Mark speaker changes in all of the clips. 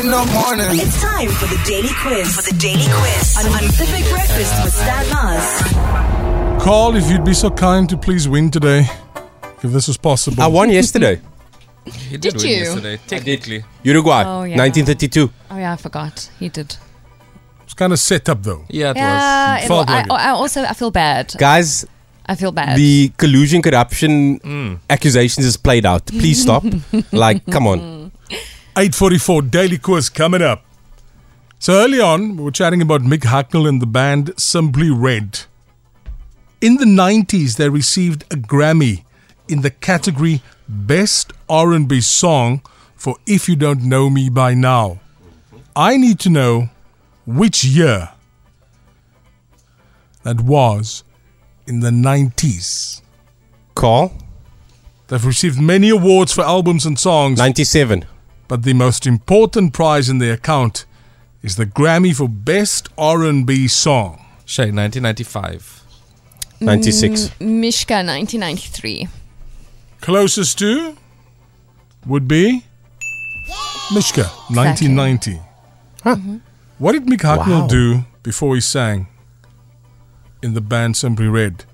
Speaker 1: in the morning.
Speaker 2: It's time for the daily quiz. For the daily quiz on, on Pacific Breakfast with Stan Mars.
Speaker 3: Carl, if you'd be so kind to please win today, if this is possible.
Speaker 4: I won yesterday.
Speaker 5: You did,
Speaker 6: Did
Speaker 5: win
Speaker 6: you?
Speaker 5: yesterday. Technically.
Speaker 4: Uruguay,
Speaker 6: Oh, yeah.
Speaker 4: 1932.
Speaker 6: Oh yeah, I forgot. You did.
Speaker 3: It's kind of set up though.
Speaker 5: Yeah, it
Speaker 6: yeah,
Speaker 3: It
Speaker 6: it
Speaker 3: felt
Speaker 6: wa-
Speaker 3: like it.
Speaker 6: I, I also I feel bad.
Speaker 4: Guys,
Speaker 6: I feel bad.
Speaker 4: the collusion corruption
Speaker 6: Mm.
Speaker 4: accusations is played out. Please stop. like, come on.
Speaker 3: 844 Daily Quiz coming up. So early on, we were chatting about Mick Hucknall and the band Simply Red. In the 90s, they received a Grammy in the category Best R&B Song for If You Don't Know Me By Now. I need to know which year that was in the 90s.
Speaker 4: Carl,
Speaker 3: They've received many awards for albums and songs.
Speaker 4: 97.
Speaker 3: but the most important prize in their account is the Grammy for Best R&B Song.
Speaker 5: Shay, 1995.
Speaker 4: 96.
Speaker 6: Mm. Mishka 1993.
Speaker 3: Closest to would be Mishka, 1990.
Speaker 6: Mm-hmm.
Speaker 3: What did Mick Hucknall
Speaker 4: Wow.
Speaker 3: do before he sang in the band Simply Red?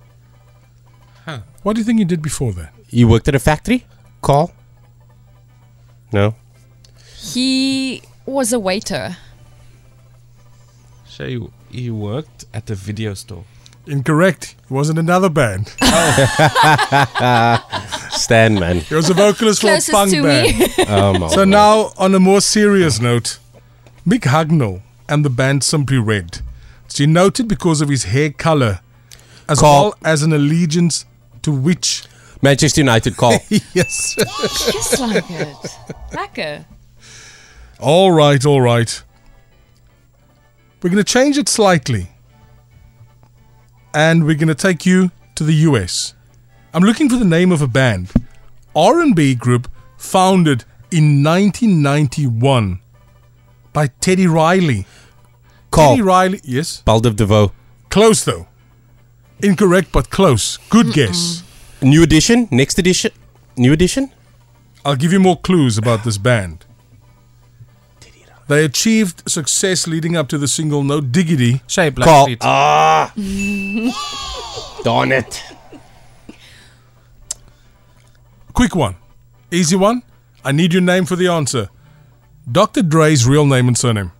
Speaker 3: What do you think he did before that?
Speaker 4: You worked at a factory? Carl? No.
Speaker 6: He was a waiter.
Speaker 5: Shay, you- you worked at the video store.
Speaker 3: Incorrect. He was in another band.
Speaker 4: Stan, man.
Speaker 3: He was a vocalist for a
Speaker 6: Closest
Speaker 3: punk
Speaker 6: to
Speaker 3: band.
Speaker 6: me.
Speaker 4: Oh, my
Speaker 3: So now, on a more serious note, Mick Hucknall and the band Simply Red. It's denoted because of his hair color, as
Speaker 4: Carl.
Speaker 3: well as an allegiance to which.
Speaker 4: Manchester United, Carl.
Speaker 3: Yes.
Speaker 6: Just like it. Lekker.
Speaker 3: all right, all right. We're going to change it slightly. And we're going to take you to the US. I'm looking for the name of a band. R&B group founded in 1991 by Teddy Riley. Teddy
Speaker 4: Carl.
Speaker 3: Riley, yes.
Speaker 4: Baldiv DeVoe.
Speaker 3: Oh. Close though. Incorrect, but close. Good guess.
Speaker 4: New edition? Next edition? New edition?
Speaker 3: I'll give you more clues about this band. They achieved success leading up to the single No Diggity.
Speaker 5: Shay, Black
Speaker 4: Carl.
Speaker 5: Street.
Speaker 4: Ah! Darn it.
Speaker 3: Quick one. Easy one. I need your name for the answer. Dr. Dre's real name and surname.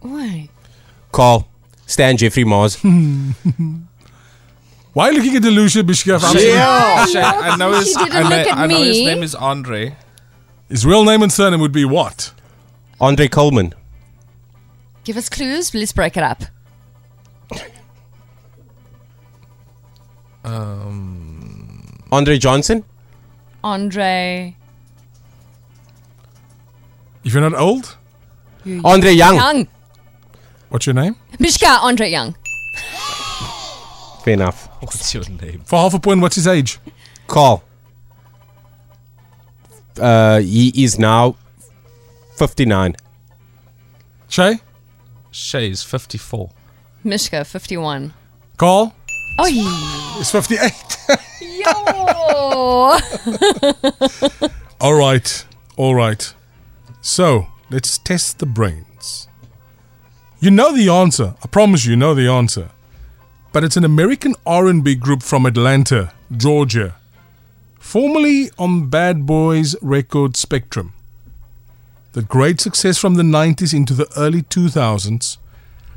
Speaker 6: Why?
Speaker 4: Carl. Stan Jeffrey Mars.
Speaker 3: Why are you looking at Delucia Bishkaf? I'm sorry.
Speaker 5: Shay, I know his,
Speaker 6: She didn't
Speaker 5: I know,
Speaker 6: look at
Speaker 5: I know his
Speaker 6: me.
Speaker 5: name is Andre.
Speaker 3: His real name and surname would be what?
Speaker 4: Andre Coleman.
Speaker 6: Give us clues. Let's break it up.
Speaker 4: Andre Johnson.
Speaker 6: Andre.
Speaker 3: If you're not old,
Speaker 4: Andre
Speaker 5: Oh.
Speaker 4: Young.
Speaker 6: Young.
Speaker 3: what's your name?
Speaker 6: Mishka Andre Young.
Speaker 4: Fair enough.
Speaker 5: What's your name?
Speaker 3: For half a point, what's his age?
Speaker 4: Carl. Uh, he is now 59.
Speaker 3: Shay?
Speaker 5: Shay is 54.
Speaker 6: Mishka 51.
Speaker 3: Carl?
Speaker 6: Oh yeah.
Speaker 3: He's 58.
Speaker 6: Yo.
Speaker 3: All right, all right. So let's test the brains. You know the answer. I promise you, you know the answer. But it's an American R&B group from Atlanta, Georgia, formerly on Bad Boys record Spectrum. The great success from the 90s into the early 2000s,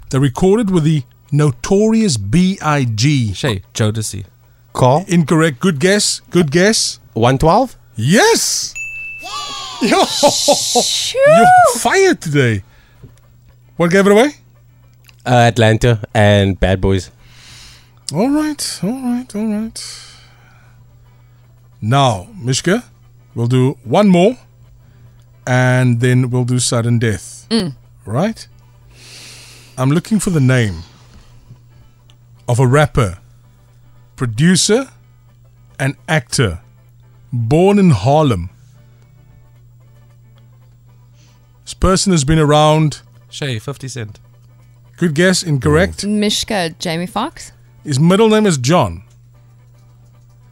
Speaker 3: they recorded with the notorious B.I.G.
Speaker 5: Shay, Jodeci.
Speaker 4: Carl.
Speaker 3: Incorrect. Good guess. Good guess.
Speaker 4: 112?
Speaker 3: Yes. Yo. You're fired today. What gave it away?
Speaker 4: Uh, Atlanta and Bad Boys.
Speaker 3: All right, all right, all right. Now, Mishka, we'll do one more and then we'll do sudden death. Right? I'm looking for the name of a rapper, producer, and actor born in Harlem. This person has been around.
Speaker 5: Shay, 50 Cent.
Speaker 3: Good guess, incorrect.
Speaker 6: Mishka Jamie Foxx.
Speaker 3: His middle name is John.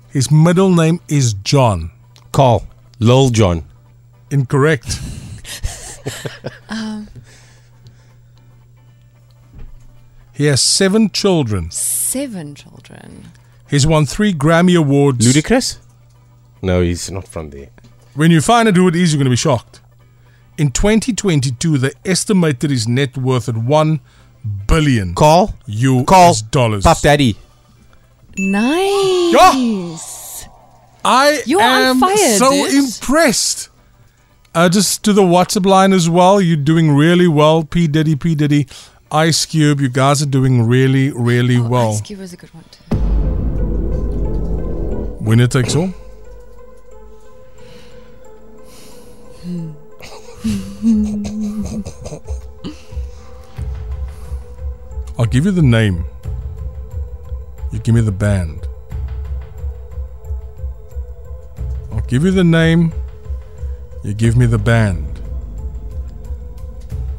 Speaker 3: His middle name is John.
Speaker 4: Carl. Lil John.
Speaker 3: Incorrect. He has seven children.
Speaker 6: Seven children.
Speaker 3: He's won three Grammy Awards.
Speaker 4: Ludacris? No, he's not from there.
Speaker 3: When you find out who it is, you're going to be shocked. In 2022, they estimated his net worth at one billion
Speaker 4: Carl?
Speaker 3: US
Speaker 4: Carl.
Speaker 3: dollars.
Speaker 4: Puff Daddy.
Speaker 6: Nice.
Speaker 3: I
Speaker 6: You are on
Speaker 3: am
Speaker 6: fire,
Speaker 3: so
Speaker 6: dude.
Speaker 3: impressed. Uh, just to the WhatsApp line as well. You're doing really well, P Diddy, P Diddy, Ice Cube. You guys are doing really, really
Speaker 6: Oh,
Speaker 3: well.
Speaker 6: Ice Cube was a good one. too.
Speaker 3: Winner takes all. I'll give you the name. You give me the band. I'll give you the name. You give me the band.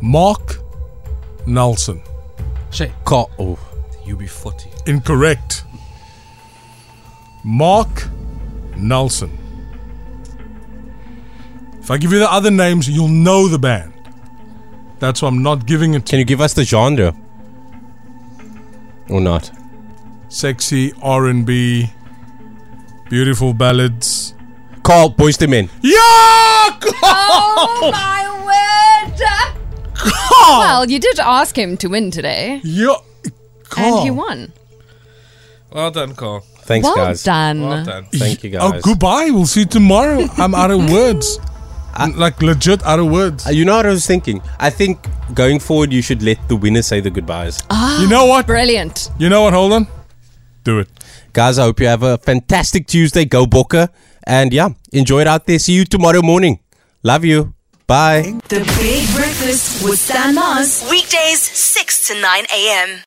Speaker 3: Mark Nelson.
Speaker 5: Shay,
Speaker 4: Carl. Oh.
Speaker 5: UB40.
Speaker 3: Incorrect. Mark Nelson. If I give you the other names, you'll know the band. That's why I'm not giving it
Speaker 4: Can you give us the genre? Or not?
Speaker 3: sexy R&B, beautiful ballads.
Speaker 4: Carl, Boys to Men.
Speaker 3: Yeah,
Speaker 6: Oh my word! Well, you did ask him to win today,
Speaker 3: yeah.
Speaker 6: and he won.
Speaker 5: Well done, Carl.
Speaker 4: Thanks,
Speaker 6: well
Speaker 4: guys.
Speaker 6: done.
Speaker 5: Well done.
Speaker 4: Thank you,
Speaker 3: Oh,
Speaker 4: guys.
Speaker 3: goodbye. We'll see you tomorrow. I'm out of words. like legit out of words.
Speaker 4: Uh, You know what I was thinking? I think going forward, you should let the winner say the goodbyes.
Speaker 3: you know what?
Speaker 6: Brilliant.
Speaker 3: You know what? Hold on. Do it.
Speaker 4: Guys, I hope you have a fantastic Tuesday. Go Boca. And yeah, enjoy it out there. See you tomorrow morning. Love you. Bye.
Speaker 2: The Big Breakfast with Stan Mars. Weekdays, 6 to 9 a.m.